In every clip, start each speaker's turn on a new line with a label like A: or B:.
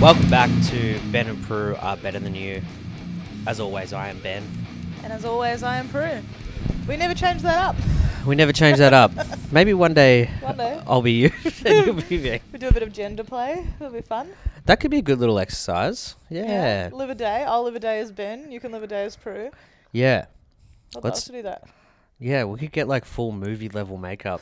A: Welcome back to Ben and Prue are better than you. As always, I am Ben.
B: And as always, I am Prue. We never change that up.
A: We never change that up. Maybe one day,
B: One day.
A: I'll be you and you'll be me.
B: We do a bit of gender play. It'll be fun.
A: That could be a good little exercise. Yeah.
B: Live a day. I'll live a day as Ben. You can live a day as Prue.
A: Yeah.
B: I'd
A: Let's-
B: love to do that.
A: Yeah, we could get like full movie level makeup.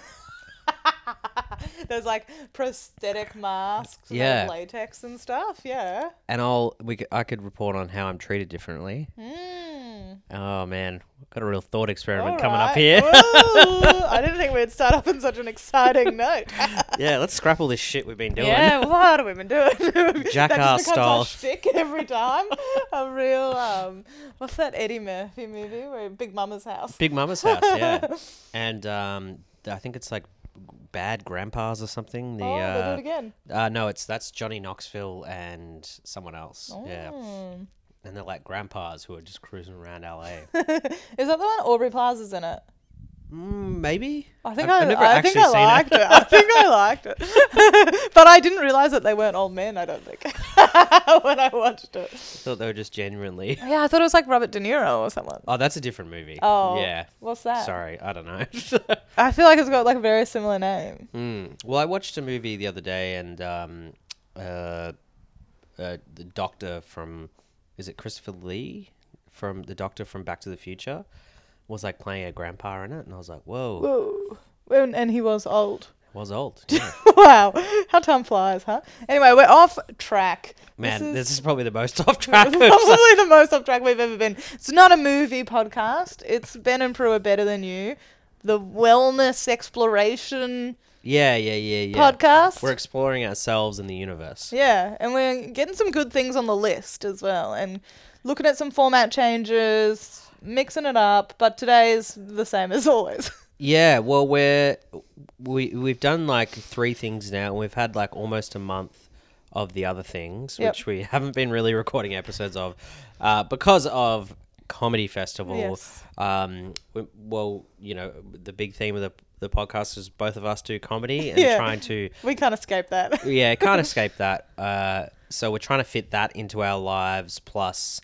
B: There's like prosthetic masks,
A: Yeah.
B: yeah. latex and stuff. Yeah.
A: And I'll we could, I could report on how I'm treated differently.
B: Mm.
A: Oh man, got a real thought experiment
B: All
A: coming up
B: right.
A: here.
B: Woo. I didn't think we'd start off on such an exciting note.
A: yeah, let's scrap all this shit we've been doing.
B: Yeah, what have we been doing? That just
A: Jackass
B: becomes
A: style.
B: Our shtick every time. A real um, what's that Eddie Murphy movie where Big Mama's house?
A: Big Mama's house, yeah. And um, I think it's like Bad Grandpas or something. The
B: oh, they do
A: uh,
B: it again.
A: Uh, no, it's that's Johnny Knoxville and someone else. Yeah,
B: Mm.
A: and they're like grandpas who are just cruising around LA.
B: Is that the one Aubrey Plaza's in it?
A: mm, maybe.
B: I think
A: I've-
B: i
A: I've never
B: I think
A: actually
B: I
A: seen it.
B: liked it. I think I liked it, but I didn't realize that they weren't old men. I don't think when I watched it.
A: I thought they were just genuinely.
B: Yeah, I thought it was like Robert De Niro or someone.
A: Oh, that's a different movie.
B: Oh,
A: yeah.
B: What's that?
A: Sorry, I don't know.
B: I feel like it's got like a very similar name.
A: mm. Well, I watched a movie the other day, and um, uh, uh, the doctor from is it Christopher Lee from the doctor from Back to the Future was like playing a grandpa in it, and I was like, whoa,
B: Whoa. And, and he was old.
A: was old. Yeah.
B: wow, how time flies, huh? Anyway, we're off track.
A: Man,
B: this is,
A: this is probably the most off track. we've
B: probably the most off track we've ever been. It's not a movie podcast. It's Ben and Prue are better than you, the wellness exploration
A: Yeah, yeah, yeah, yeah.
B: podcast.
A: We're exploring ourselves and the universe.
B: yeah, and we're getting some good things on the list as well, and looking at some format changes, mixing it up. But today is the same as always.
A: Yeah, well, we're we we've done like three things now, and we've had like almost a month of the other things,
B: Yep.
A: which we haven't been really recording episodes of, uh, because of comedy festival.
B: Yes.
A: Um, we- well, you know, the big theme of the the podcast is both of us do comedy and
B: Yeah.
A: trying to
B: we can't escape that.
A: yeah, can't escape that. Uh, so we're trying to fit that into our lives, plus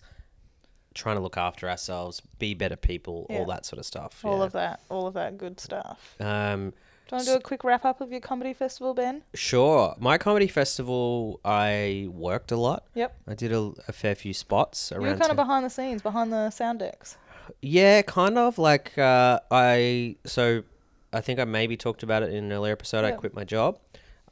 A: trying to look after ourselves, be better people,
B: Yeah.
A: all that sort of stuff.
B: All
A: yeah.
B: of that, all of that good stuff.
A: Um,
B: Do you want to do a quick wrap up of your comedy festival, Ben?
A: sure. My comedy festival, I worked a lot.
B: Yep.
A: I did a, a fair few spots around.
B: You were kind of
A: town.
B: behind the scenes, behind the sound decks.
A: Yeah, kind of like uh, I. So I think I maybe talked about it in an earlier episode. I
B: Yeah.
A: quit my job,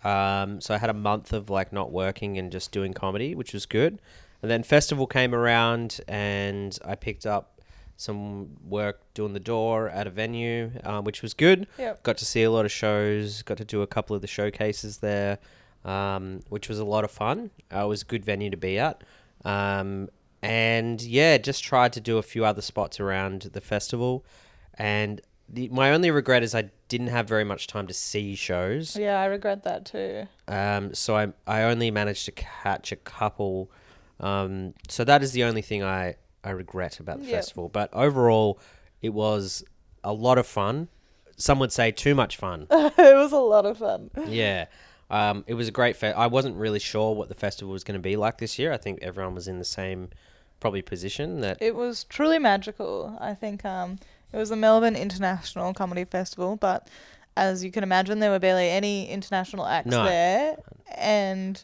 A: um, so I had a month of like not working and just doing comedy, which was good. And then festival came around, and I picked up some work doing the door at a venue, uh, which was good.
B: Yep.
A: Got to see a lot of shows. Got to do a couple of the showcases there, um, which was a lot of fun. Uh, it was a good venue to be at. Um, and yeah, just tried to do a few other spots around the festival. And the, my only regret is I didn't have very much time to see shows.
B: Yeah, I regret that too.
A: Um, so I, I only managed to catch a couple. Um, so that is the only thing I, I regret about the
B: Yep.
A: festival. But overall, it was a lot of fun. Some would say too much fun.
B: it was a lot of fun.
A: yeah. Um, it was a great fe- I wasn't really sure what the festival was going to be like this year. I think everyone was in the same probably position that
B: It was truly magical. I think um, it was the Melbourne International Comedy Festival, but as you can imagine, there were barely any international acts
A: No.
B: there. And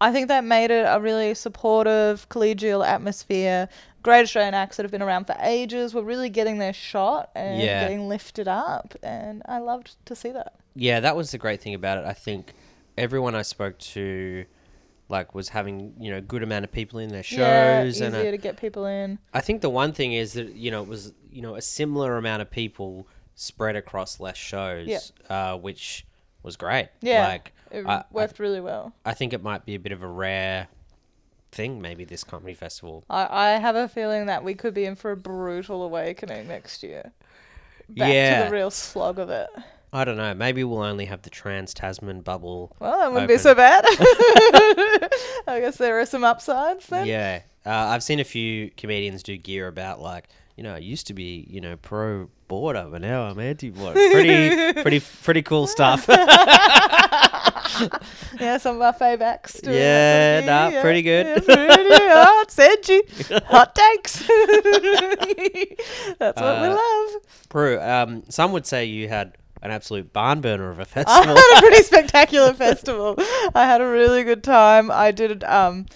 B: I think that made it a really supportive, collegial atmosphere. Great Australian acts that have been around for ages were really getting their shot and
A: Yeah.
B: getting lifted up. And I loved to see that.
A: Yeah, that was the great thing about it. I think everyone I spoke to like was having, you know, good amount of people in their
B: yeah,
A: shows
B: easier
A: and a-
B: to get people in.
A: I think the one thing is that you know it was you know a similar amount of people spread across less shows,
B: Yeah.
A: uh, which was great.
B: Yeah,
A: like
B: it
A: I- I-
B: worked really well.
A: I think it might be a bit of a rare thing, maybe this comedy festival.
B: I, I have a feeling that we could be in for a brutal awakening next year. Back
A: yeah,
B: to the real slog of it.
A: I don't know. Maybe we'll only have the Trans Tasman bubble.
B: Well, that wouldn't be so
A: Open.
B: bad. I guess there are some upsides then.
A: Yeah, uh, I've seen a few comedians do gear about like you know I used to be you know pro border, but now I'm anti border. Pretty pretty pretty cool stuff.
B: Yeah, some of our fave acts. doing that
A: Yeah,
B: sort of
A: nah,
B: thing. Yeah,
A: pretty good.
B: yeah, pretty hot, edgy, hot takes. That's what we
A: Uh,
B: love.
A: Brew, um, some would say you had an absolute barn burner of a
B: I
A: festival.
B: had a pretty spectacular festival. I had a really good time. I did um,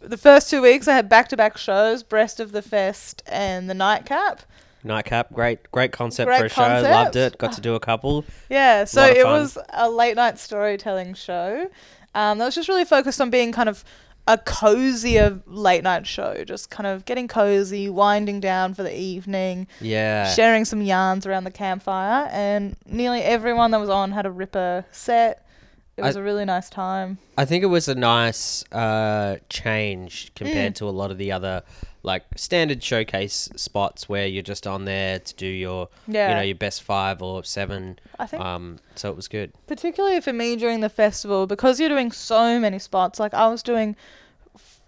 B: the first two weeks. I had back to back shows: Breast of the Fest and the Nightcap.
A: Nightcap, great, great concept for
B: Great
A: a show. Loved
B: concept.
A: it. Got to do a couple.
B: Yeah, so
A: Lot of
B: it
A: fun.
B: was a late night storytelling show um, that was just really focused on being kind of a cozier late night show, just kind of getting cozy, winding down for the evening,
A: Yeah.
B: sharing some yarns around the campfire, and nearly everyone that was on had a ripper set. It
A: I-
B: was a really nice time.
A: I think it was a nice uh, change compared
B: Mm.
A: to a lot of the other like standard showcase spots where you're just on there to do your you
B: Yeah.
A: know your best five or seven.
B: I think-
A: um, so. It was good.
B: particularly for me during the festival because you're doing so many spots like i was doing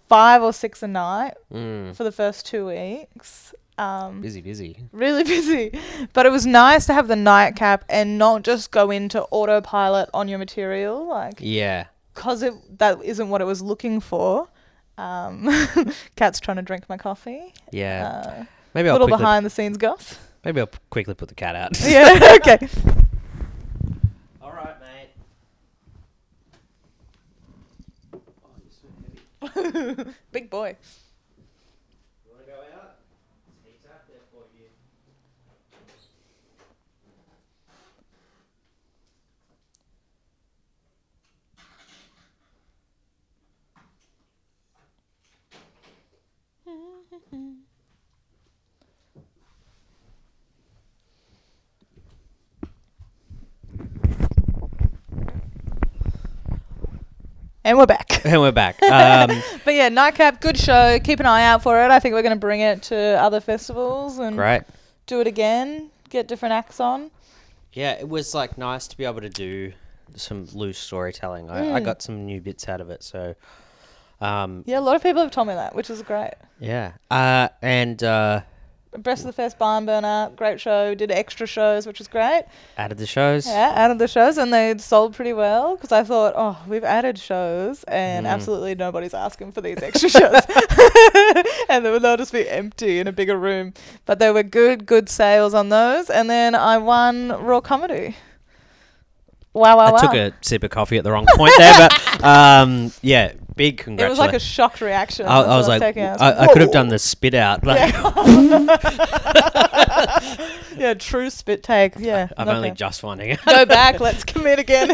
B: five or six a night
A: Mm.
B: for the first two weeks um,
A: Busy, busy.
B: really busy but it was nice to have the nightcap and not just go into autopilot on your material like
A: Yeah.
B: because it that isn't what it was looking for um, cat's trying to drink my coffee
A: Yeah.
B: uh,
A: maybe I'll
B: little
A: quickly,
B: behind the scenes goth
A: maybe I'll p- quickly put the cat out.
B: yeah okay
A: All right, mate. Oh,
B: big boy
A: You want to go out? He's out there for you.
B: and we're back
A: And we're back. Um,
B: But yeah, Nightcap, good show. Keep an eye out for it. I think we're going to bring it to other festivals and
A: great.
B: do it again. Get different acts on.
A: Yeah, it was like nice to be able to do some loose storytelling. I,
B: Mm.
A: I got some new bits out of it. So, um,
B: Yeah, a lot of people have told me that, which is great.
A: yeah. Uh, and uh,
B: Breast of the Fest, Barn Burner, great show. Did extra shows, which was great.
A: added the shows.
B: Yeah, added the shows and they sold pretty well because I thought, oh, we've added shows and absolutely nobody's asking for these extra shows. and they would all just be empty in a bigger room. But they were good, good sales on those. And then I won Raw Comedy. Wow, wow,
A: I
B: wow.
A: took a sip of coffee at the wrong point there, but um, yeah, big
B: It was like a
A: congratulations.
B: shocked reaction.
A: I, I was like, I, I could have done the spit out. Like,
B: the yeah, true spit take. Yeah,
A: I'm
B: not
A: only
B: bad.
A: just finding out.
B: go back. Let's commit again.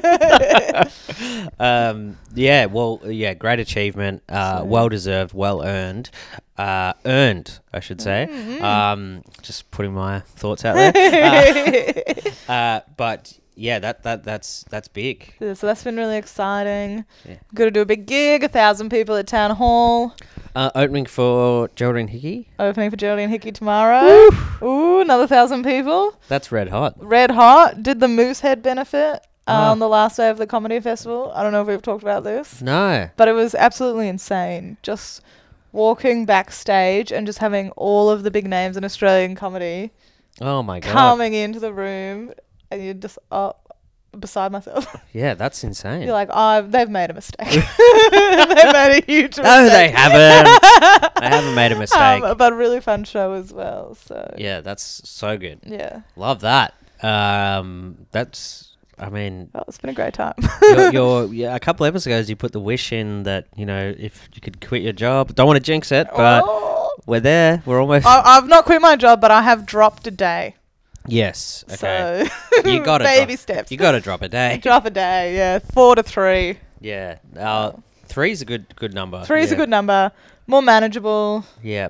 A: Um, yeah, well, yeah, great achievement. Uh, well deserved, well earned. Uh, earned, I should say.
B: Mm-hmm.
A: Um, just putting my thoughts out there. Uh, but yeah, that that that's that's big.
B: Yeah, so that's been really exciting.
A: Yeah.
B: Got to do a big gig. A thousand people at town hall.
A: Uh, opening for Geraldine Hickey.
B: Opening for Geraldine Hickey tomorrow. Ooh, another thousand people.
A: That's red hot.
B: Red Hot did the Moosehead benefit uh,
A: Ah.
B: on the last day of the comedy festival. I don't know if we've talked about this.
A: No.
B: But it was absolutely insane. Just walking backstage and just having all of the big names in Australian comedy
A: Oh my god.
B: coming into the room, and you're just uh, beside myself.
A: Yeah, that's insane.
B: you're like, oh, they've made a mistake. they've made a huge mistake.
A: no, they haven't. they haven't made a mistake.
B: Um, but a really fun show as well. So
A: yeah, that's so good.
B: yeah,
A: Love that. Um, that's. I mean,
B: well, it's been a great time.
A: you're, you're yeah, a couple episodes you put the wish in that you know if you could quit your job. Don't want to jinx it, but
B: Oh.
A: we're there. We're almost.
B: I, I've not quit my job, but I have dropped a day.
A: yes. Okay.
B: So
A: you got to
B: baby steps.
A: You got to drop a day.
B: drop a day. Yeah, four to three.
A: Yeah. Uh, three's a good good number.
B: Three's a
A: Oh, Yeah.
B: good number. More manageable,
A: Yeah.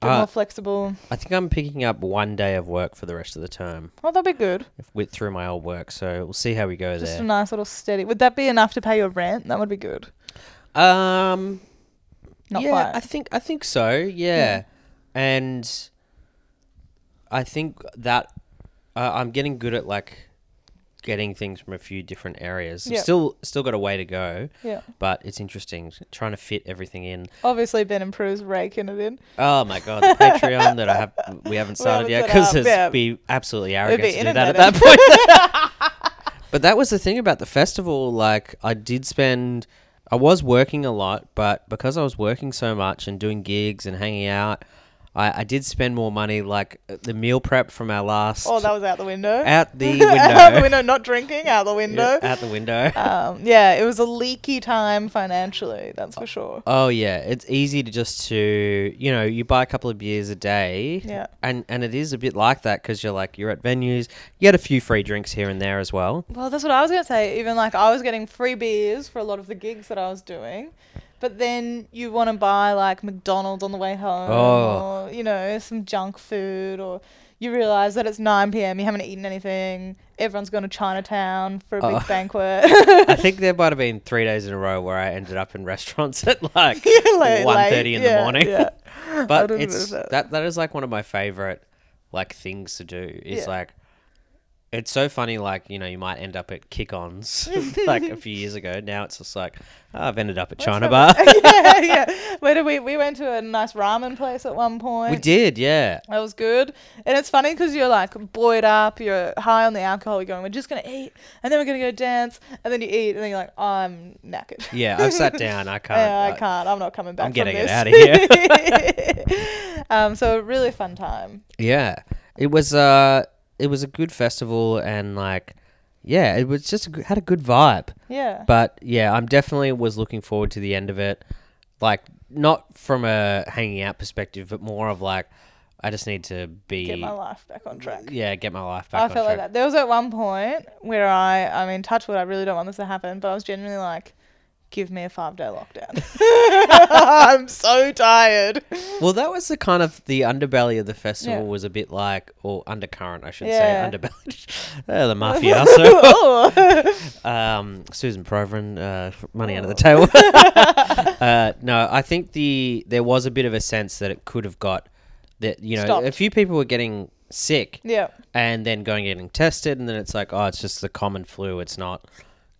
B: bit
A: Uh,
B: more flexible.
A: I think I'm picking up one day of work for the rest of the term
B: Oh, that'd be good.
A: if- with through my old work. So we'll see how we go
B: Just a
A: there.
B: nice little steady. Would that be enough to pay your rent? That would be good.
A: Um,
B: Not
A: yeah,
B: quite.
A: I think I think so. Yeah, and I think that uh, I'm getting good at like getting things from a few different areas. I've
B: Yep.
A: Still, still got a way to go.
B: yeah.
A: But it's interesting s- trying to fit everything in.
B: Obviously, Ben improves raking it in.
A: Oh my god, the Patreon that I have we haven't started
B: haven't
A: yet
B: set
A: because
B: up,
A: it'd
B: yeah.
A: be absolutely arrogant
B: be
A: to do that at
B: inundated.
A: that point. But that was the thing about the festival. Like, I did spend, I was working a lot, but because I was working so much and doing gigs and hanging out, I, I did spend more money. Like, uh, the meal prep from our last.
B: Oh, that was out the window.
A: Out the
B: out the
A: window.
B: window, not drinking, out the window.
A: Out the window.
B: Um, yeah, it was a leaky time financially, that's for sure.
A: Oh yeah, it's easy to just to you know you buy a couple of beers a day,
B: Yeah.
A: and and it is a bit like that because you're like you're at venues, you get a few free drinks here and there as well.
B: Well, that's what I was gonna say. Even like I was getting free beers for a lot of the gigs that I was doing, but then you want to buy like McDonald's on the way home,
A: Oh.
B: or you know some junk food, or you realize that it's nine p.m. You haven't eaten anything. Everyone's going to Chinatown for a big
A: Oh.
B: banquet.
A: I think there might have been three days in a row where I ended up in restaurants at like
B: You're late,
A: one
B: late.
A: thirty in
B: Yeah,
A: the morning.
B: yeah. I
A: but
B: don't
A: it's
B: know that.
A: that. that is like one of my favorite like things to do. Is
B: Yeah.
A: like it's so funny. Like you know you might end up at Kick-Ons like a few years ago. Now it's just like oh, I've ended up at China Bar.
B: yeah, yeah. Where did we? We went to a nice ramen place at one point.
A: we did, yeah.
B: That was good. And it's funny because you're like buoyed up, you're high on the alcohol, you're going, we're just going to eat, and then we're going to go dance, and then you eat, and then you're like, I'm knackered.
A: Yeah, I've sat down. I can't. uh,
B: Yeah, I
A: I-
B: can't. I'm not coming back.
A: I'm
B: from
A: getting it
B: this.
A: outta here.
B: here. um, so a really fun time.
A: Yeah, it was uh, it was a good festival, and like, yeah, it was just a, g- had a good vibe.
B: Yeah.
A: But yeah, I'm definitely was looking forward to the end of it, like not from a hanging out perspective, but more of like, I just need to be,
B: Get my life back on track.
A: yeah, get my life back.
B: I
A: on
B: felt like
A: track.
B: that. There was at one point where I, I mean, touch wood, I really don't want this to happen, but I was genuinely like, give me a five day lockdown. I'm so tired.
A: Well, that was the kind of the underbelly of the festival
B: Yeah.
A: was a bit like, or undercurrent, I should
B: Yeah.
A: say, underbelly, uh, the mafioso.
B: Oh.
A: um, Susan Provin, uh, money under the table. uh, no, I think the there was a bit of a sense that it could have got that you know
B: Stopped.
A: a few people were getting sick
B: yeah.
A: and then going and getting tested, and then it's like oh, it's just the common flu. It's not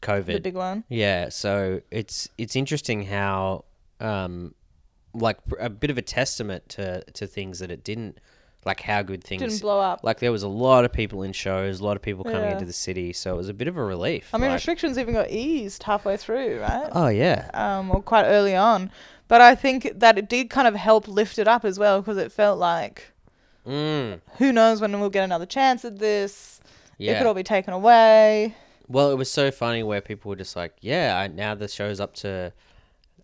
B: The
A: COVID.
B: big one.
A: yeah, so it's it's interesting how um, like pr- a bit of a testament to to things that it didn't like how good things
B: didn't blow up.
A: Like there was a lot of people in shows, a lot of people coming
B: Yeah.
A: into the city, so it was a bit of a relief.
B: I mean,
A: like-
B: restrictions even got eased halfway through, right?
A: Oh yeah.
B: Um, or quite early on. But I think that it did kind of help lift it up as well because it felt like
A: Mm,
B: who knows when we'll get another chance at this. It could
A: yeah.
B: all be taken away.
A: well, it was so funny where people were just like, "Yeah, I, now the show's up to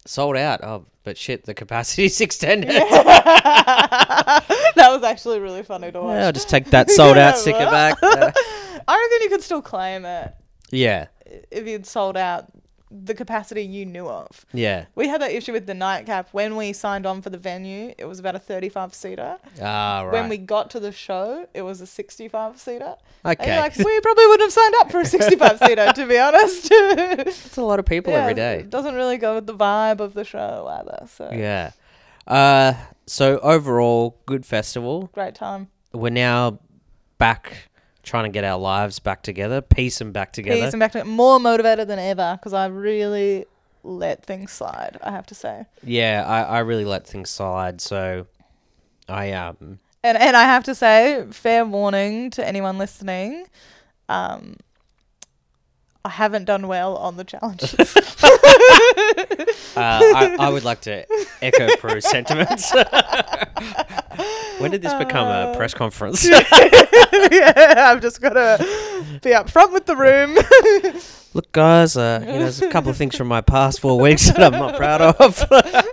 A: sold out." Oh, but shit, the capacity's extended. Yeah,
B: that was actually really funny to watch.
A: I'll just take that sold
B: Yeah,
A: out sticker
B: well.
A: back. Uh,
B: I reckon you could still claim it
A: yeah,
B: if you'd sold out the capacity you knew of.
A: yeah.
B: We had that issue with the nightcap when we signed on for the venue. It was about a 35 seater.
A: Ah, right.
B: When we got to the show, it was a 65 seater. And
A: okay,
B: you're like, we probably wouldn't have signed up for a 65 seater, to be honest.
A: that's a lot of people
B: Yeah,
A: every
B: it
A: day.
B: doesn't really go with the vibe of the show either. So
A: Yeah. Uh, so overall, good festival.
B: great time.
A: We're now back trying to get our lives back together, piece them back together.
B: Peace and back to more motivated than ever because I really let things slide. I have to say,
A: Yeah, I, I really let things slide, so I um
B: and and I have to say, fair warning to anyone listening. Um, I haven't done well on the challenges.
A: Uh, I, I would like to echo Prue's sentiments. when did this become a press conference?
B: yeah, I've just got to be up front with the room.
A: Look, guys, uh, you know, there's a couple of things from my past four weeks that I'm not proud of.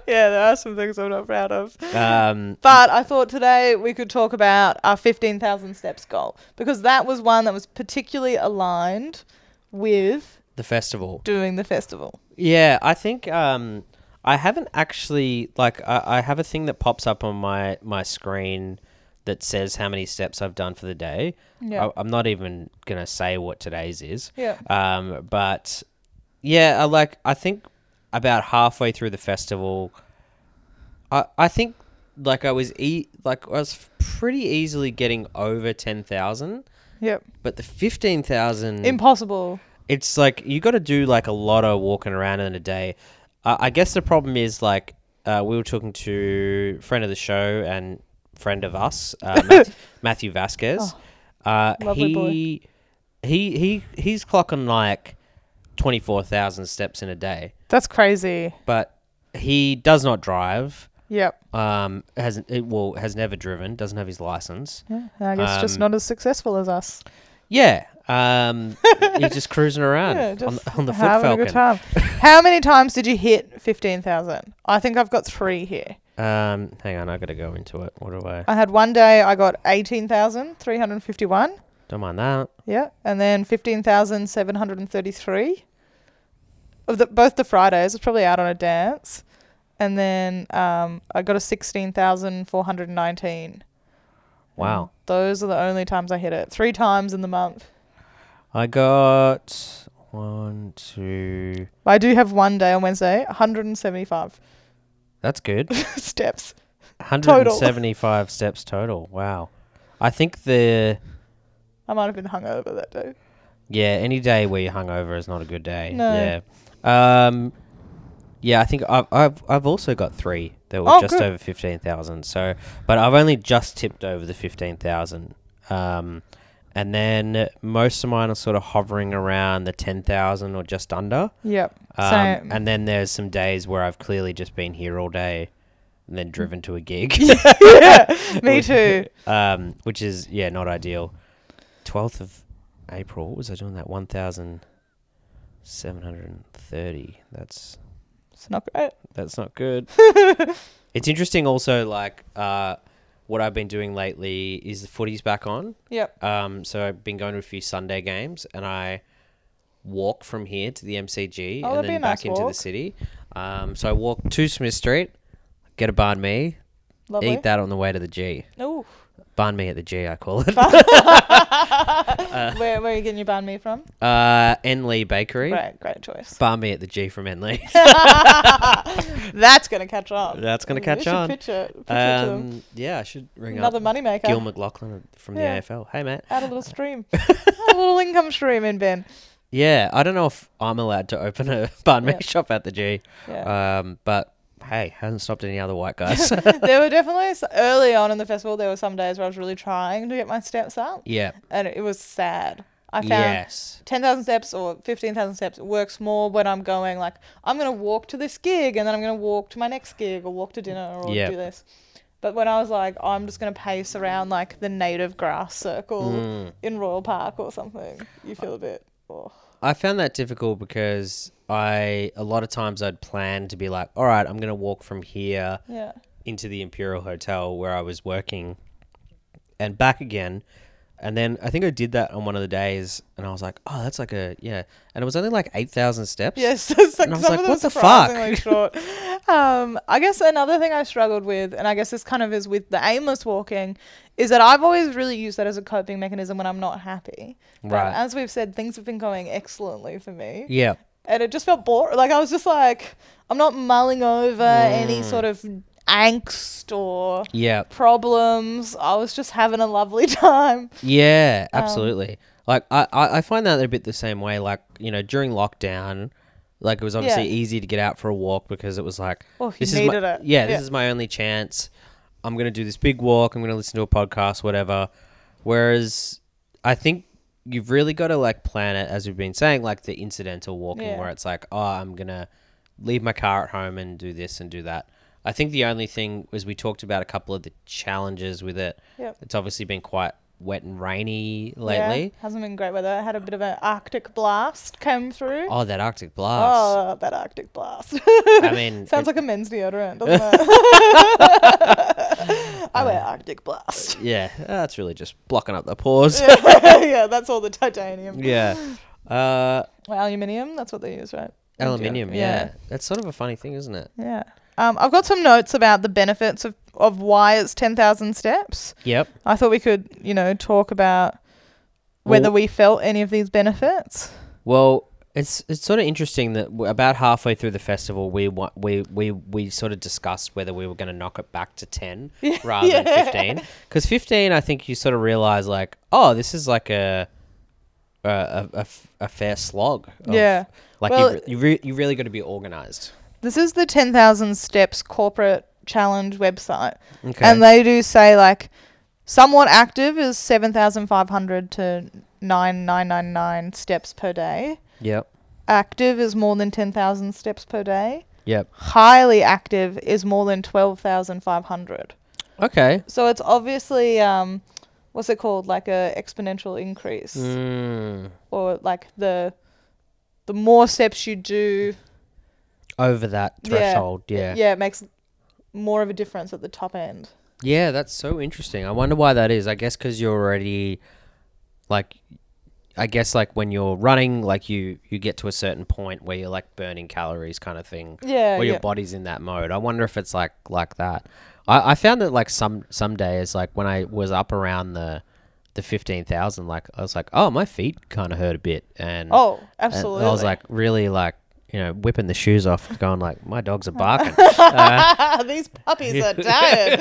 B: yeah, there are some things I'm not proud of.
A: um,
B: But I thought today we could talk about our 15,000 steps goal because that was one that was particularly aligned with
A: the festival.
B: doing the festival.
A: Yeah, I think um, I haven't actually like I, I have a thing that pops up on my my screen that says how many steps I've done for the day.
B: Yeah.
A: I, I'm not even gonna say what today's is.
B: Yeah.
A: Um, but yeah, I like I think about halfway through the festival, I I think like I was e- like I was pretty easily getting over ten thousand,
B: Yep.
A: but the fifteen thousand
B: Impossible.
A: it's like you got to do like a lot of walking around in a day. Uh, I guess the problem is like uh, we were talking to friend of the show and friend of us, uh, Matthew, Matthew Vasquez. uh,
B: Oh, lovely boy.
A: he he he he's clocking like twenty four thousand steps in a day,
B: That's crazy.
A: but he does not drive.
B: Yep.
A: Um, hasn't it, well has never driven. Doesn't have his license.
B: Yeah, I guess just
A: Um,
B: not as successful as us.
A: Yeah. Um, he's just cruising around
B: Yeah,
A: on,
B: just
A: the- on the foot
B: having
A: falcon.
B: a good time. How many times did you hit fifteen thousand? I think I've got three here.
A: Um, hang on, I gotta go into it. What do I?
B: I had one day I got eighteen thousand three hundred fifty-one.
A: Don't mind that.
B: Yeah, and then fifteen thousand seven hundred and thirty-three. Of the, both the Fridays, I was probably out on a dance, and then um, I got a sixteen thousand four hundred nineteen. Mm.
A: Wow.
B: Those are the only times I hit it. Three times in the month.
A: I got one, two.
B: But I do have one day on Wednesday, 175
A: That's good.
B: steps.
A: 175 steps total. Wow. I think the
B: I might have been hungover that day.
A: yeah any day where you're hungover is not a good day.
B: No.
A: Yeah. Um. Yeah, I think I've I've I've also got three that were
B: Oh,
A: just
B: good.
A: over fifteen thousand. So, but I've only just tipped over the fifteen thousand. Um, and then most of mine are sort of hovering around the ten thousand or just under.
B: Yep.
A: Um,
B: Same.
A: And then there's some days where I've clearly just been here all day and then driven to a gig.
B: yeah, me too.
A: um, which is, yeah, not ideal. 12th of April, what was I doing that? 1,730. That's,
B: It's not great.
A: that's not good. it's interesting also, like, uh, what I've been doing lately is the footy's back on.
B: Yep.
A: Um, so I've been going to a few Sunday games, and I walk from here to the MCG
B: Oh, that'd
A: and
B: be
A: then
B: a
A: back
B: nice
A: into the
B: walk.
A: city. Um, so I walk to Smith Street, get a banh mi,
B: Lovely.
A: eat that on the way to the G.
B: Ooh.
A: Banh mi at the G, I call it.
B: where, where are you getting your banh mi from?
A: uh, Enley Bakery.
B: Great, great choice.
A: Banh mi at the G from Enley.
B: That's going to catch on.
A: That's gonna
B: You
A: catch
B: should
A: on.
B: Picture, picture to them.
A: um, yeah, I should ring
B: Another
A: up
B: moneymaker.
A: Gil McLaughlin from the
B: Yeah.
A: AFL. Hey, mate.
B: Add a little stream. Add a little income stream in, Ben.
A: Yeah, I don't know if I'm allowed to open a banh mi
B: Yeah.
A: shop at the G,
B: Yeah.
A: um, but hey, hasn't stopped any other white guys.
B: there were definitely, s- early on in the festival, there were some days where I was really trying to get my steps up.
A: yeah.
B: and it was sad. I found
A: Yes.
B: 10,000 steps or 15,000 steps works more when I'm going, like, I'm going to walk to this gig and then I'm going to walk to my next gig or walk to dinner or
A: Yep.
B: do this. But when I was like, "Oh, I'm just going to pace around like the native grass circle in Royal Park or something, you feel a bit, oh,
A: I found that difficult because I a lot of times I'd plan to be like, all right, I'm gonna walk from here
B: yeah.
A: into the Imperial Hotel where I was working and back again. And then I think I did that on one of the days and I was like, Oh, that's like a yeah and it was only like eight thousand steps.
B: Yes, it's like
A: And I was
B: some
A: like,
B: of them
A: "What the fuck?"
B: surprisingly short. Um, I guess another thing I struggled with, and I guess this kind of is with the aimless walking, is that I've always really used that as a coping mechanism when I'm not happy. But
A: Right.
B: as we've said, things have been going excellently for me,
A: Yeah.
B: and it just felt boring. Like I was just like, I'm not mulling over
A: Mm.
B: any sort of angst or
A: Yeah.
B: problems. I was just having a lovely time.
A: Yeah, absolutely. like I, I I find that a bit the same way. Like you know during lockdown, like it was obviously
B: Yeah.
A: easy to get out for a walk because it was like
B: Oh, you
A: this is
B: needed
A: my,
B: it.
A: Yeah, this
B: Yeah.
A: is my only chance. I'm gonna do this big walk. I'm gonna listen to a podcast, whatever. Whereas I think you've really got to like plan it, as we've been saying, like the incidental walking
B: Yeah.
A: where it's like, oh, I'm gonna leave my car at home and do this and do that. I think the only thing was we talked about a couple of the challenges with it.
B: Yep.
A: It's obviously been quite wet and rainy
B: Yeah,
A: lately.
B: hasn't been great weather. I had a bit of an Arctic blast came through.
A: Oh, that Arctic blast.
B: Oh, that Arctic blast.
A: I mean,
B: Sounds
A: it-
B: like a men's deodorant, doesn't it? I wear
A: Uh,
B: Arctic blast.
A: yeah, that's really just blocking up the pores.
B: yeah, that's all the titanium.
A: yeah. Uh,
B: Well, aluminium, that's what they use, right? Thank you.
A: aluminium, yeah. That's sort of a funny thing, isn't it?
B: Yeah. Um, I've got some notes about the benefits of, of why it's 10,000 steps.
A: Yep.
B: I thought we could, you know, talk about whether
A: Well-
B: we felt any of these benefits.
A: Well, it's it's sort of interesting that w- about halfway through the festival, we wa- we we we sort of discussed whether we were going to knock it back to ten rather
B: Yeah.
A: than fifteen. Because fifteen, I think you sort of realize like, oh, this is like a a a, a f- a fair slog. of-
B: Yeah.
A: Like
B: Well-
A: you re- you, re- you really got to be organized.
B: This is the 10,000 steps corporate challenge website.
A: Okay.
B: And they do say like somewhat active is 7,500 to nine nine nine nine steps per day.
A: Yep.
B: Active is more than ten thousand steps per day.
A: Yep.
B: Highly active is more than twelve thousand five hundred.
A: Okay.
B: So it's obviously um, what's it called? Like a exponential increase,
A: Mm.
B: or like the the more steps you do,
A: Over that
B: Yeah.
A: threshold.
B: yeah,
A: Yeah. yeah.
B: it makes more of a difference at the top end.
A: that's so interesting. I wonder why that is. I guess because you're already, like, I guess like when you're running, like you you get to a certain point where you're like burning calories, kind of thing.
B: Yeah,
A: or your
B: yeah.
A: body's in that mode. I wonder if it's like like that. I, I found that like some some days, like when I was up around the the fifteen thousand, like I was like, oh, my feet kind of hurt a bit, and
B: Oh,
A: and
B: absolutely.
A: I was like really like you know whipping the shoes off, going like my dogs are barking. uh,
B: These puppies are tired.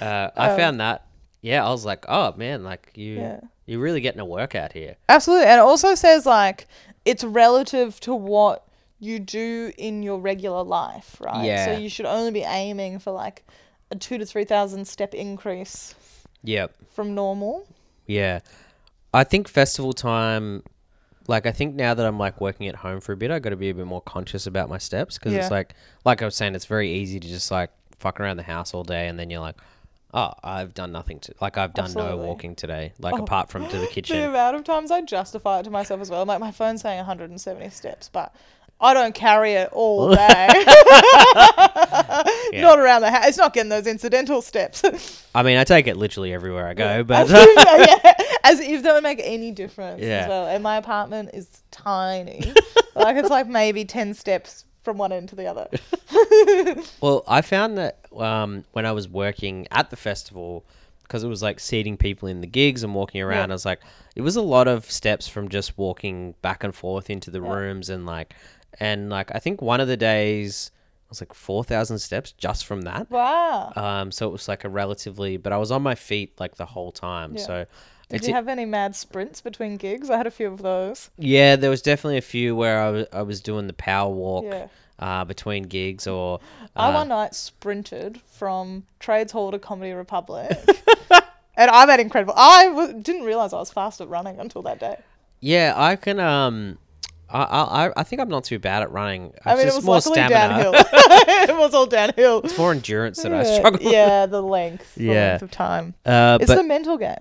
A: uh, I found that yeah, I was like, oh man, like you
B: Oh. Yeah.
A: you're really getting a workout here.
B: Absolutely. And it also says like it's relative to what you do in your regular life, right?
A: Yeah.
B: So you should only be aiming for like a two to three thousand step increase
A: Yep.
B: from normal.
A: Yeah. I think festival time, like, I think now that I'm like working at home for a bit, I got to be a bit more conscious about my steps because
B: Yeah.
A: it's like, like I was saying, it's very easy to just like fuck around the house all day and then you're like, oh, I've done nothing to, like, I've done no
B: Absolutely. Oh.
A: walking today, like, apart from to the
B: The
A: kitchen.
B: amount of times I justify it to myself as well. I'm like my phone's saying 170 steps, but I don't carry it all day.
A: Yeah.
B: Not around the house. It's not getting those incidental steps.
A: I mean, I take it literally everywhere I go, but
B: yeah, as if that would make any difference
A: Yeah.
B: as well. And my apartment is tiny. like it's like maybe ten steps from one end to the other.
A: Well, I found that um, when I was working at the festival, because it was like seating people in the gigs and walking around, I was like, it was a lot of steps from just walking back and forth into the rooms and like, and like, I think one of the days it was like 4,000 steps just from that.
B: Wow.
A: Um, so it was like a relatively, but I was on my feet like the whole time.
B: Yeah.
A: So
B: Did you have any mad sprints between gigs? I had a few of those.
A: yeah, there was definitely a few where I was, I was doing the power walk
B: Yeah.
A: uh, between gigs or
B: I one night sprinted from Trades Hall to Comedy Republic. And I'm at incredible. I w- didn't realize I was fast at running until that day.
A: Yeah, I can. Um, I I I- I think I'm not too bad at running.
B: I mean,
A: just
B: it was
A: more
B: luckily
A: stamina,
B: downhill. it was all downhill.
A: more endurance that I
B: Yeah,
A: struggle. with.
B: Yeah, the length, the
A: Yeah.
B: length of time.
A: Uh,
B: It's
A: but
B: the mental game.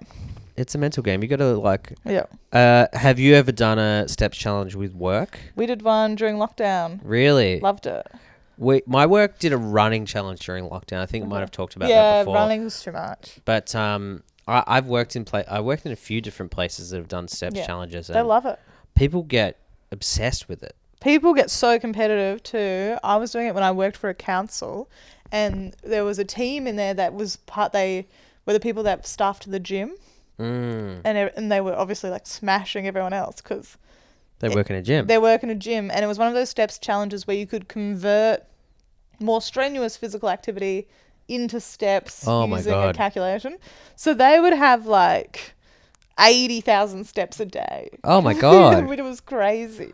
A: it's a mental game. You got to like.
B: Yeah.
A: Uh, have you ever done a steps challenge with work?
B: We did one during lockdown.
A: Really?
B: Loved it.
A: We, my work did a running challenge during lockdown. I think I might have talked about that
B: yeah,
A: before.
B: running was too much.
A: But um, I, I've worked in pla- I worked in a few different places that have done steps
B: Yeah.
A: challenges,
B: They
A: and
B: love it.
A: people get obsessed with it.
B: People get so competitive too. I was doing it when I worked for a council, and there was a team in there that was part. They were the people that staffed the gym,
A: Mm.
B: and ev- and they were obviously like smashing everyone else because
A: They work in a gym.
B: they work in a gym. And it was one of those steps challenges where you could convert more strenuous physical activity into steps
A: Oh my
B: using a
A: God.
B: calculation. So they would have like eighty thousand steps a day.
A: Oh my god,
B: Which was crazy.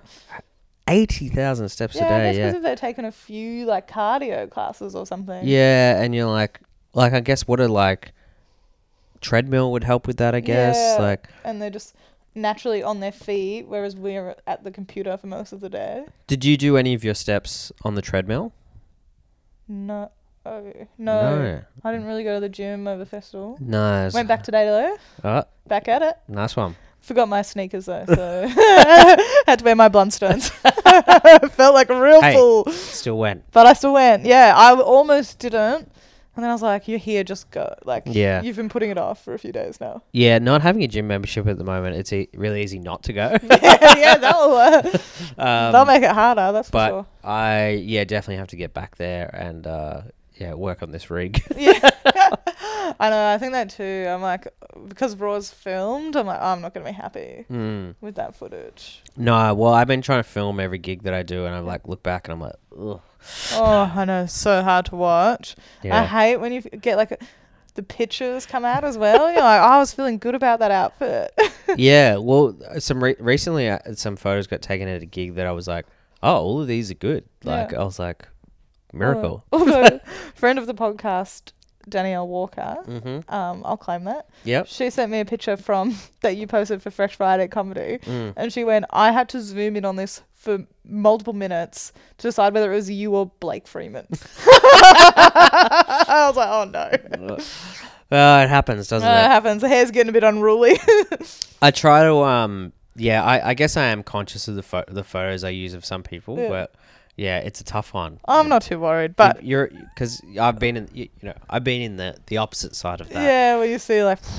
A: eighty thousand steps
B: Yeah,
A: a day.
B: I guess
A: yeah,
B: because if they're taking a few like cardio classes or something.
A: Yeah, and you're like, like I guess what a like treadmill would help with that. I guess
B: Yeah.
A: like,
B: And they're just naturally on their feet, whereas we're at the computer for most of the day.
A: did you do any of your steps on the treadmill?
B: No. Oh, no.
A: No,
B: I didn't really go to the gym over festival.
A: nice,
B: Went back today though.
A: oh,
B: Back at it.
A: nice one.
B: Forgot my sneakers though, so had to wear my Blundstones. Felt like a real
A: Hey.
B: fool,
A: Still went.
B: but I still went. Yeah, I w- almost didn't, and then I was like, "You're here, just go." Like,
A: Yeah.
B: you've been putting it off for a few days now.
A: Yeah, not having a gym membership at the moment, it's e- really easy not to go.
B: yeah, that'll uh, that'll
A: um,
B: make it harder. That's
A: but
B: for
A: I yeah definitely have to get back there and uh, yeah work on this rig.
B: sure. Yeah, I know. I think that too. I'm like, because Raw's filmed, I'm like, "Oh, I'm not gonna be happy
A: mm.
B: with that footage.
A: No, well I've been trying to film every gig that I do, and I'm like look back and I'm like, Ugh.
B: Oh, I know, so hard to watch. I
A: yeah,
B: hate when you f- get like the pictures come out as well. You're like, oh, I was feeling good about that outfit.
A: yeah. Well, some re- recently, uh, some photos got taken at a gig that I was like, "Oh, all
B: Uh.
A: of these are good." Like I was like, "Miracle."
B: Although, friend of the podcast Danielle Walker.
A: Mm-hmm.
B: Um, I'll claim that.
A: Yep.
B: She sent me a picture from that you posted for Fresh Friday Comedy,
A: Mm.
B: and she went, "I had to zoom in on this for multiple minutes to decide whether it was you or Blake Freeman." I was like, "Oh no."
A: Well, it happens, doesn't
B: Uh, it
A: it?
B: happens. The hair's getting a bit unruly.
A: I try to um yeah, I, I guess I am conscious of the pho- the photos I use of some people,
B: Yeah.
A: but yeah, it's a tough one.
B: I'm not too worried, but
A: You- you're because I've been in you, you know I've been in the the opposite side of that.
B: yeah, well, you see, like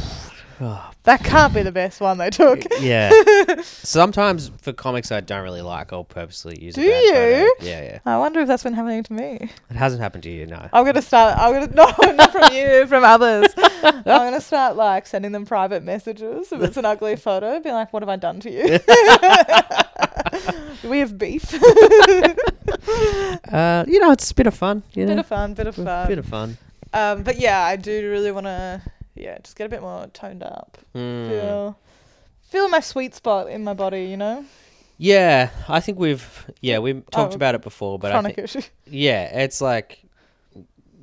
A: Oh,
B: that can't be the best one they took.
A: Yeah. Sometimes for comics I don't really like, I'll purposely use.
B: Do
A: a bad photo.
B: you?
A: Yeah, yeah.
B: I wonder if that's been happening to me.
A: It hasn't happened to you, no.
B: I'm gonna start. I'm gonna no, not from you, from others. I'm gonna start like sending them private messages if it's an ugly photo, being like, "What have I done to you? we have beef."
A: Uh, you know, it's a bit of fun. You
B: bit
A: know?
B: of fun, bit of
A: A bit
B: fun.
A: of fun.
B: Um, but yeah, I do really want to. Yeah, just get a bit more toned up.
A: Mm.
B: Feel, feel my sweet spot in my body. You know,
A: Yeah, I think we've yeah we talked
B: Oh,
A: about it before, but I
B: chronic
A: think
B: issue.
A: yeah, it's like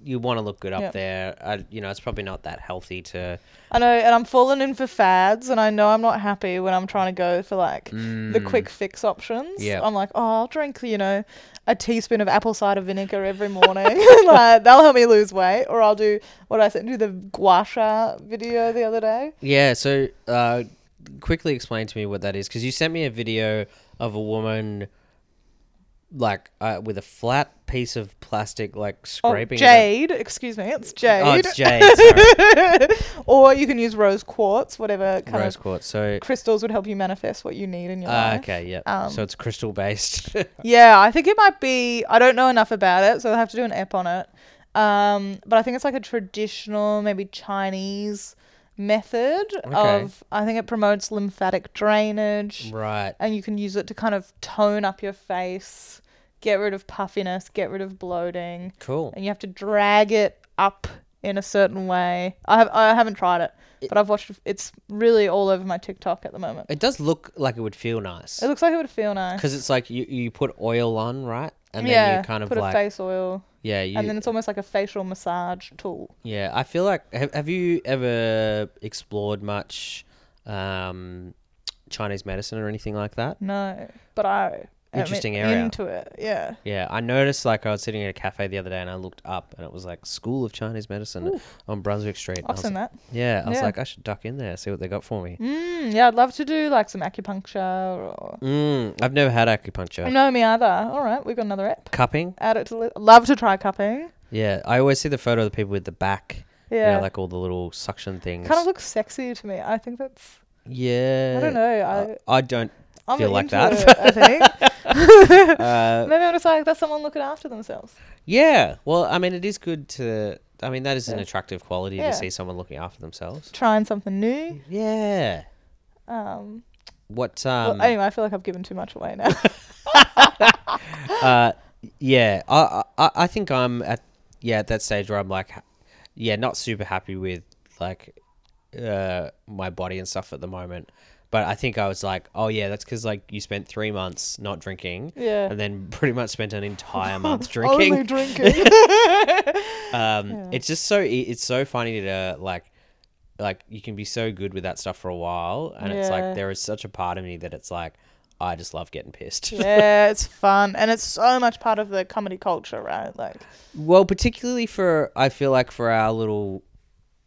A: you want to look good up
B: Yeah.
A: there. I, you know, it's probably not that healthy to
B: I know, and I'm falling in for fads, and I know I'm not happy when I'm trying to go for like the
A: Mm.
B: quick fix options.
A: Yeah.
B: I'm like, oh, I'll drink, you know, a teaspoon of apple cider vinegar every morning. like that'll help me lose weight. Or I'll do what did I said, do the gua sha video the other day.
A: Yeah, so uh, quickly explain to me what that is because you sent me a video of a woman like uh, with a flat piece of plastic like
B: Oh,
A: scraping. it off-
B: jade, excuse me, it's jade.
A: Oh, it's jade. Sorry.
B: or you can use rose quartz, whatever kind
A: Rose
B: of
A: quartz. So
B: crystals would help you manifest what you need in your
A: uh,
B: life.
A: okay, yeah.
B: Um,
A: so it's crystal based.
B: Yeah, I think it might be. I don't know enough about it, so I'll have to do an app on it. Um, but I think it's like a traditional, maybe Chinese method
A: Okay.
B: of. I think it promotes lymphatic drainage,
A: right.
B: and you can use it to kind of tone up your face, get rid of puffiness, get rid of bloating,
A: Cool.
B: and you have to drag it up in a certain way. I have I haven't tried it, but I've watched. It's really all over my TikTok at the moment.
A: It does look like it would feel nice
B: It looks like it would feel nice.
A: because it's like you, you put oil on, right? And then
B: yeah,
A: you kind of
B: put
A: like
B: a face oil.
A: yeah, you
B: and then it's almost like a facial massage tool.
A: Yeah, I feel like have, have you ever explored much um, Chinese medicine or anything like that?
B: No, but I am
A: Interesting area.
B: into it. Yeah,
A: Yeah, I noticed like I was sitting at a cafe the other day and I looked up and it was like School of Chinese Medicine on Brunswick Street. and I
B: I've
A: was
B: seen
A: like-
B: that.
A: Yeah, I was
B: Yeah.
A: like, I should duck in there see what they got for me.
B: Mm, yeah, I'd love to do like some acupuncture or.
A: Mm, I've never had acupuncture.
B: No, me either. All right, we've got another app.
A: Cupping,
B: Add it to li- love to try cupping.
A: yeah. I always see the photo of the people with the back, yeah,
B: Yeah,
A: like all the little suction things.
B: kind of looks sexy to me. I think that's.
A: yeah,
B: I don't know.
A: I,
B: I
A: I don't.
B: I'm
A: feel
B: into
A: like that.
B: It, I think
A: Uh,
B: maybe I'm just like that's someone looking after themselves.
A: Yeah. Well, I mean, it is good to. I mean, that is an
B: Yeah.
A: attractive quality
B: Yeah.
A: to see someone looking after themselves.
B: Trying something new.
A: Yeah.
B: Um,
A: What?
B: well,
A: Um.
B: anyway, I feel like I've given too much away now.
A: uh. Yeah. I, I. I think I'm at. Yeah, at that stage where I'm like, ha- yeah, not super happy with like, uh, my body and stuff at the moment. But I think I was like, oh yeah, that's because like you spent three months not drinking,
B: Yeah.
A: and then pretty much spent an entire month drinking.
B: Only drinking.
A: um it's just so e- it's so funny to like like you can be so good with that stuff for a while and it's
B: Yeah.
A: like there is such a part of me that it's like i just love getting pissed
B: yeah, it's fun, and it's so much part of the comedy culture, right? Like,
A: well particularly for i feel like for our little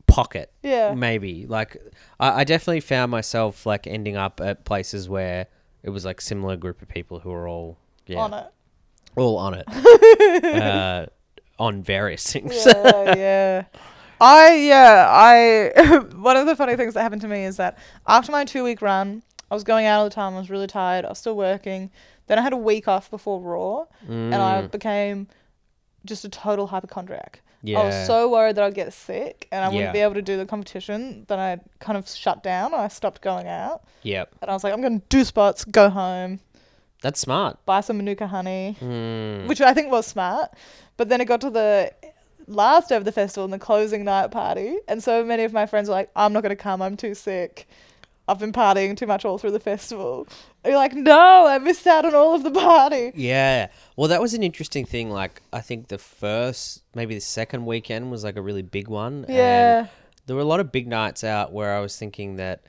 A: pocket
B: Yeah.
A: maybe like I, I definitely found myself like ending up at places where it was like similar group of people who are all yeah
B: on it.
A: all on it uh, on various things
B: Yeah, yeah. I yeah, I one of the funny things that happened to me is that after my two week run, I was going out all the time, I was really tired, I was still working. Then I had a week off before Raw and
A: Mm.
B: I became just a total hypochondriac. I
A: Yeah.
B: was Oh, so worried that I'd get sick and I
A: Yeah.
B: wouldn't be able to do the competition that I kind of shut down and I stopped going out.
A: yep
B: And I was like, I'm gonna do spots, go home,
A: that's smart
B: buy some Manuka honey,
A: Mm.
B: which I think was smart. But then it got to the last day of the festival and the closing night party, and so many of my friends were like, "I'm not going to come. I'm too sick." I've been partying too much all through the festival. And you're like, no, I missed out on all of the party.
A: Yeah. Well, that was an interesting thing. Like, I think the first, maybe the second weekend was like a really big one.
B: Yeah.
A: And there were a lot of big nights out where I was thinking that,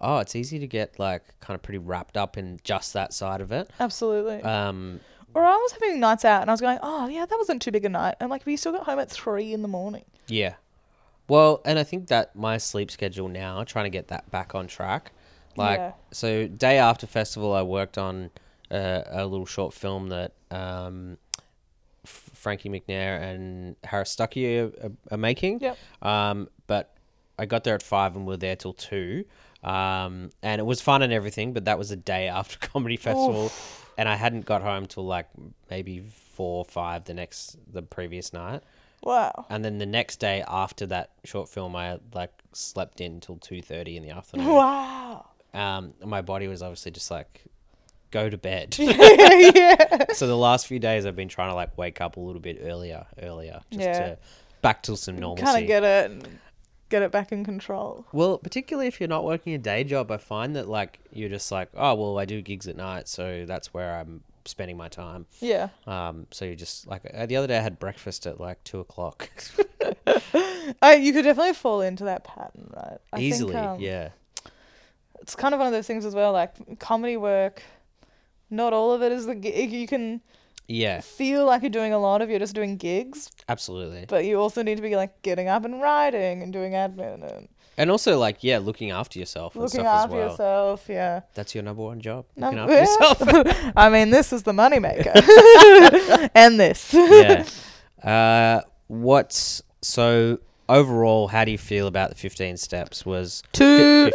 A: oh, it's easy to get like kind of pretty wrapped up in just that side of it.
B: Absolutely.
A: Um,
B: or I was having nights out and I was going, oh, yeah, that wasn't too big a night. And like, we still got home at three in the morning.
A: yeah. Well, and I think that my sleep schedule now, trying to get that back on track. Like,
B: Yeah.
A: so day after festival, I worked on uh, a little short film that um, F- Frankie McNair and Harris Stuckey are, are making.
B: Yep.
A: Um, but I got there at five and we were there till two. Um, and it was fun and everything, but that was a day after comedy festival, and I hadn't got home till like maybe four or five the next the previous night.
B: Wow.
A: And then the next day after that short film, I like slept in till two thirty in the afternoon.
B: Wow.
A: Um, my body was obviously just like, go to bed.
B: yeah.
A: so the last few days, I've been trying to like wake up a little bit earlier, earlier, just
B: Yeah.
A: to back to some normalcy.
B: Kind of get it. and Get it back in control.
A: Well, particularly if you're not working a day job, I find that like you're just like, oh well, I do gigs at night, so that's where I'm spending my time.
B: Yeah.
A: Um, so you just like uh, the other day I had breakfast at like two o'clock,
B: I, you could definitely fall into that pattern, right? I think,
A: easily.
B: um,
A: yeah,
B: it's kind of one of those things as well like comedy work not all of it is the gig you can
A: yeah,
B: feel like you're doing a lot of you're just doing gigs
A: absolutely.
B: but you also need to be like getting up and writing and doing admin and
A: And also like yeah, looking after yourself and
B: looking
A: stuff
B: after
A: as well.
B: yourself yeah
A: That's your number one job.
B: No-
A: Looking after yourself.
B: i mean this is the moneymaker and this
A: yeah. Uh, what's so overall? How do you feel about the fifteen steps? Was
B: too
A: 15,000.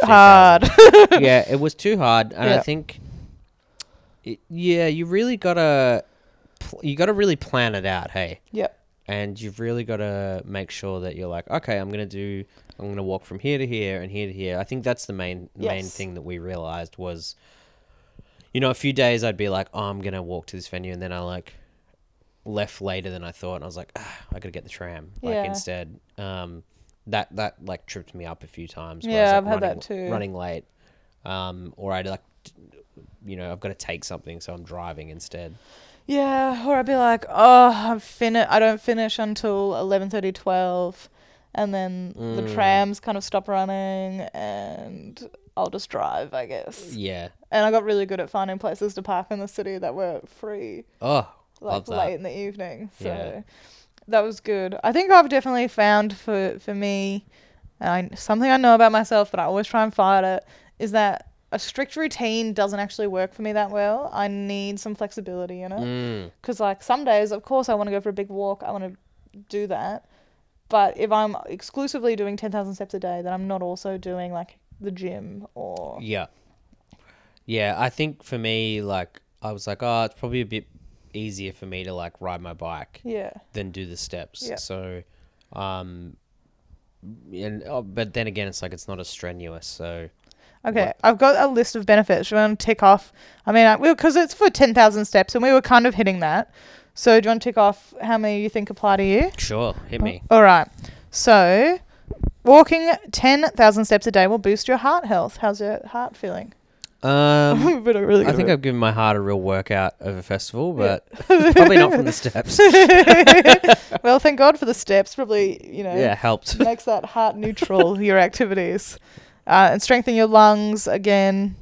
B: hard
A: yeah, it was too hard, and I
B: Yeah.
A: think, it, yeah, you really gotta, pl- you gotta really plan it out, hey,
B: yep
A: and you've really gotta make sure that you're like, okay, I'm gonna do, I'm gonna walk from here to here and here to here. I think that's the main main
B: Yes.
A: thing that we realized was, you know, a few days I'd be like, oh, I'm gonna walk to this venue, and then I like left later than I thought, and I was like, ah, I gotta get the tram, like
B: Yeah.
A: instead, um. That, that like tripped me up a few times. where I was, like,
B: yeah i've had
A: running-
B: that too
A: running late, um, or I'd like, t- you know, I've got to take something, so I'm driving instead.
B: Yeah, or I'd be like, oh, I'm fini- I don't finish until 11.30, 12, and then
A: Mm.
B: the trams kind of stop running, and I'll just drive, I guess.
A: Yeah.
B: And I got really good at finding places to park in the city that were free,
A: Oh, love
B: like
A: that.
B: late in the evening. So
A: Yeah.
B: that was good. I think I've definitely found for, for me, and I, something I know about myself, but I always try and fight it, is that a strict routine doesn't actually work for me that well. I need some flexibility in it
A: Mm,
B: because like some days of course i want to go for a big walk i want to do that but if i'm exclusively doing 10000 steps a day then i'm not also doing like the gym or
A: yeah. Yeah, I think for me, like, I was like, oh, it's probably a bit easier for me to like ride my bike
B: yeah
A: than do the steps.
B: Yeah.
A: So, um, and oh, but then again, it's like it's not as strenuous. So
B: okay
A: What-
B: i've got a list of benefits do you want to tick off i mean because it's for 10000 steps and we were kind of hitting that so do you want to tick off how many you think apply to you
A: sure, hit me.
B: all right so walking 10000 steps a day will boost your heart health how's your heart feeling
A: Um,
B: We've been really
A: I
B: good
A: think
B: at-
A: I've given my heart a real workout over festival,
B: Yeah.
A: but probably not from the steps.
B: well thank god for the steps probably you know
A: Yeah, helped.
B: makes that heart neutral your activities uh, and strengthen your lungs again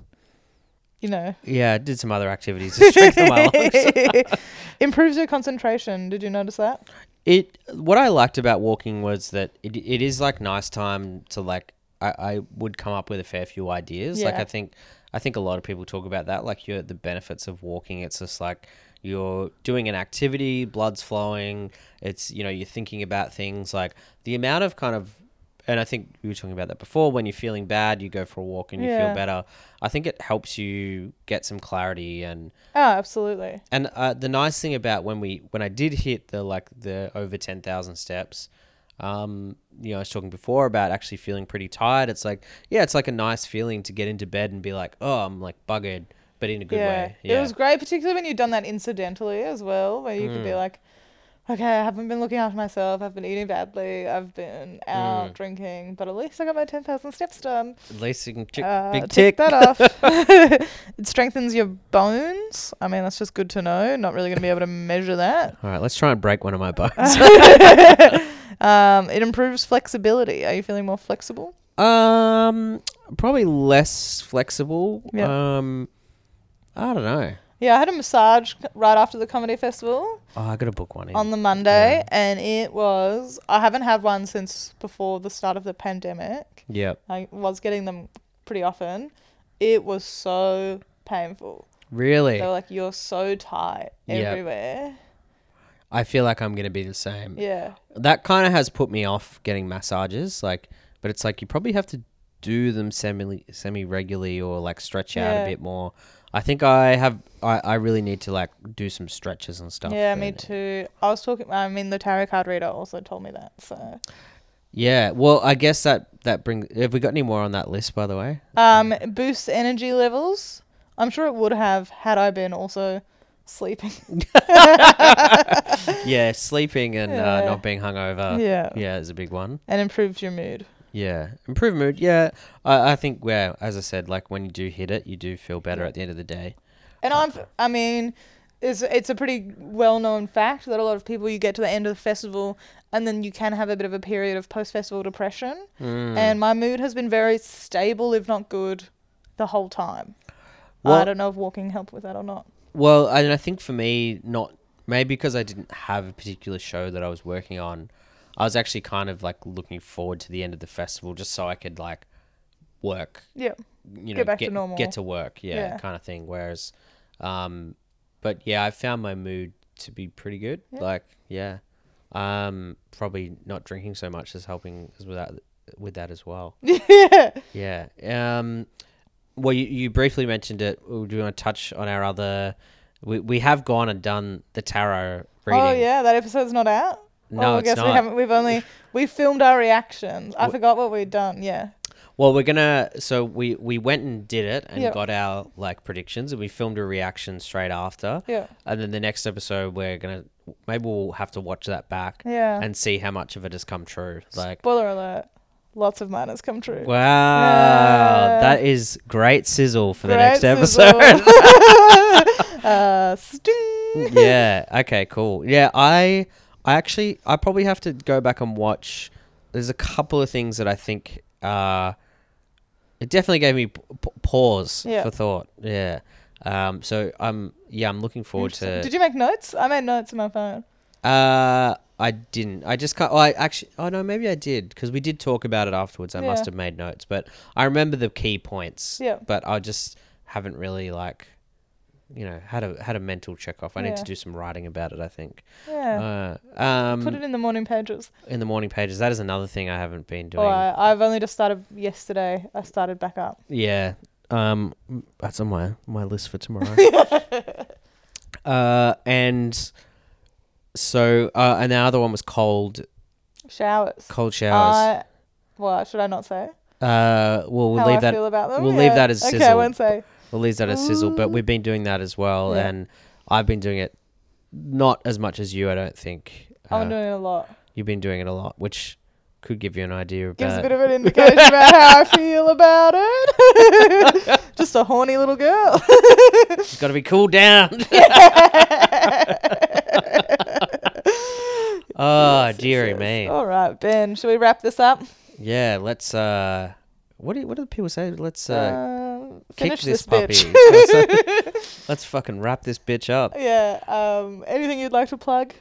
B: you know
A: Yeah, I did some other activities to strengthen my lungs.
B: improves your concentration did you notice that
A: It what I liked about walking was that it, it is like nice time to like I, I would come up with a fair few ideas. Like
B: Yeah.
A: I think I think a lot of people talk about that. Like you're the benefits of walking. It's just like you're doing an activity, blood's flowing, it's you know, you're thinking about things like the amount of kind of and I think we were talking about that before. When you're feeling bad, you go for a walk and you feel
B: Yeah.
A: better. I think it helps you get some clarity and
B: oh absolutely
A: And uh, the nice thing about when we when I did hit the like the over ten thousand steps, um, you know, I was talking before about actually feeling pretty tired. It's like yeah, it's like a nice feeling to get into bed and be like, oh, I'm like buggered, but in a good
B: yeah.
A: way. Yeah, Hmm.
B: it was great particularly when you've done that incidentally as well where you could be like okay, I haven't been looking after myself. I've been eating badly. I've been
A: Hmm.
B: out drinking, but at least I got my 10,000 steps done.
A: At least you can tick,
B: Uh,
A: big tick.
B: tick that off. it strengthens your bones. I mean, that's just good to know. Not really going to be able to measure that.
A: All right, let's try and break one of my bones.
B: Um, it improves flexibility. Are you feeling more flexible?
A: um, probably less flexible.
B: Yeah.
A: Um, I don't know.
B: Yeah, I had a massage c- right after the comedy festival
A: Oh, I got to book one in.
B: on the Monday, and it was. I haven't had one since before the start of the pandemic.
A: yep.
B: I was getting them pretty often. It was so painful.
A: Really?
B: They were like, "You're so tight
A: Yep.
B: everywhere."
A: I feel like I'm going to be the same.
B: Yeah,
A: That kind of has put me off getting massages. Like, but it's like you probably have to do them semi semi regularly or like stretch out
B: Yeah.
A: a bit more. I think I have. I, I really need to like do some stretches and stuff.
B: yeah, me
A: and-
B: too. I was talking. I mean, the tarot card reader also told me that. So,
A: Yeah. Well, I guess that that brings. Have we got any more on that list? By the way.
B: um, it boosts energy levels. I'm sure it would have had I been also sleeping.
A: yeah, sleeping and
B: Yeah.
A: uh, not being hungover.
B: Yeah.
A: Yeah, is a big one.
B: and improved your mood.
A: Yeah, improve mood. Yeah, I, I think where, as I said, like when you do hit it, you do feel better at the end of the day.
B: And I'm, I mean, it's, it's a pretty well known fact that a lot of people, you get to the end of the festival and then you can have a bit of a period of post festival depression.
A: Mm.
B: And my mood has been very stable, if not good, the whole time. I
A: Well-
B: don't know if walking helped with that or not.
A: Well, and I think for me, not maybe because I didn't have a particular show that I was working on, I was actually kind of like looking forward to the end of the festival just so I could like work
B: Yeah.
A: you know,
B: Get back to normal.
A: get to work, yeah,
B: Yeah.
A: kind of thing. Whereas, um, but yeah, I found my mood to be pretty good. Like, yeah, um, probably not drinking so much is helping as with that with that as well.
B: yeah.
A: yeah. Um, well, you, you briefly mentioned it. Do you want to touch on our other? We we have gone and done the tarot reading.
B: Oh, yeah. That episode's not out.
A: No,
B: oh, I
A: it's
B: guess we
A: not.
B: haven't. We've only we filmed our reactions. I forgot what we'd done. Yeah,
A: Well, we're gonna. So we we went and did it and
B: Yep.
A: got our like predictions, and we filmed a reaction straight after.
B: Yeah.
A: And then the next episode, we're gonna maybe we'll have to watch that back.
B: Yeah.
A: And see how much of it has come true. Like,
B: spoiler alert. Lots of mine has come true.
A: wow,
B: Yeah.
A: that is great sizzle for the next
B: Great
A: episode.
B: sizzle. uh, sting.
A: yeah. Okay. Cool. Yeah. I I actually I probably have to go back and watch. There's a couple of things that I think uh, it definitely gave me p- p- pause
B: Yeah.
A: for thought. Yeah. Um. So I'm yeah I'm looking forward to.
B: Did you make notes? I made notes on my phone.
A: uh. I didn't. I just can't. Oh, I actually. Oh no. Maybe I did because we did talk about it afterwards. I
B: Yeah.
A: must have made notes, but I remember the key points.
B: Yeah.
A: But I just haven't really like, you know, had a had a mental check off. I
B: Yeah.
A: need to do some writing about it. I think.
B: Yeah.
A: Uh, um,
B: Put it in the morning pages.
A: in the morning pages. That is another thing I haven't been doing.
B: Well, I, I've only just started yesterday. I started back up.
A: Yeah. Um, that's on my my list for tomorrow. uh, and so uh, and the other one was cold
B: Showers.
A: cold showers.
B: I, well, should I not say
A: uh, well, we'll
B: how I
A: leave that.
B: feel about them?
A: we'll leave that as
B: okay, I
A: sizzle.
B: won't say.
A: We'll leave that as sizzle. But we've been doing that as well,
B: Yeah.
A: and I've been doing it not as much as you. I don't think.
B: I've been
A: Uh,
B: doing it a lot.
A: you've been doing it a lot, which could give you an idea
B: Gives a
A: about
B: bit of an indication about how I feel about it. just a horny little girl.
A: It's got to be cooled down. oh, dearie me.
B: All right, Ben. Should we wrap this up?
A: Yeah, let's. uh What do you, what do the people say? Let's uh,
B: Um,
A: kick
B: finish
A: this,
B: this,
A: puppy.
B: bitch.
A: let's, let's fucking wrap this bitch up.
B: yeah. Um, anything you'd like to plug?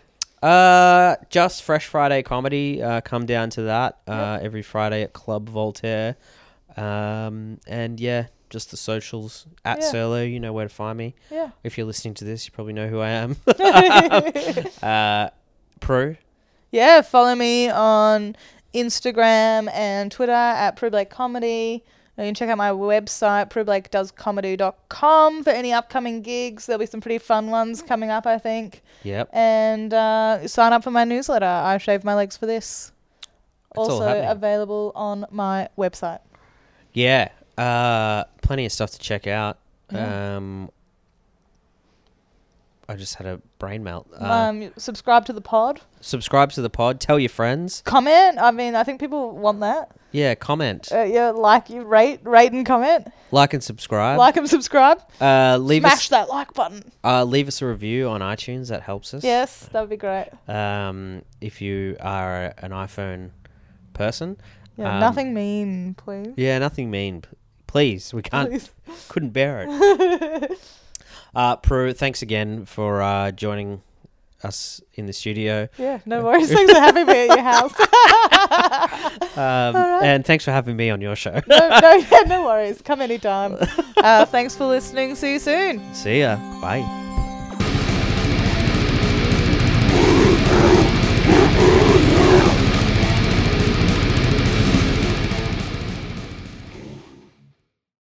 A: Uh, just Fresh Friday comedy. Uh, come down to that uh, every Friday at Club Voltaire. Um, and yeah, just the socials at
B: Yeah.
A: Solo. You know where to find me.
B: Yeah.
A: If you're listening to this, you probably know who I am. uh, Pro.
B: Yeah. Follow me on Instagram and Twitter at Prue Blake Comedy. You can check out my website, prublakedoescomedy.com, for any upcoming gigs. There'll be some pretty fun ones coming up, I think.
A: Yep.
B: and uh, sign up for my newsletter. I shave my legs for this.
A: all
B: also
A: happening.
B: available on my website.
A: Yeah, uh, plenty of stuff to check out. Um, I just had a brain melt. Uh,
B: um, subscribe to the pod.
A: subscribe to the pod. Tell your friends.
B: Comment. I mean, I think people want that.
A: Yeah, comment,
B: Uh, yeah, like you rate, rate and comment.
A: like, and subscribe.
B: like and subscribe.
A: uh, leave
B: Smash
A: us
B: that like button.
A: uh, leave us a review on iTunes. That helps us.
B: Yes, that would be great.
A: Um, if you are an iPhone person.
B: Yeah,
A: Um,
B: nothing mean, please.
A: Yeah, nothing mean. p- Please, we can't.
B: Please.
A: Couldn't bear it. uh, Prue, thanks again for uh, joining us in the studio,
B: Yeah, no worries. Thanks for having me at your house.
A: um, and thanks for having me on your show.
B: no, no, yeah, no worries. Come anytime. Uh, thanks for listening. See you soon.
A: See ya. Bye.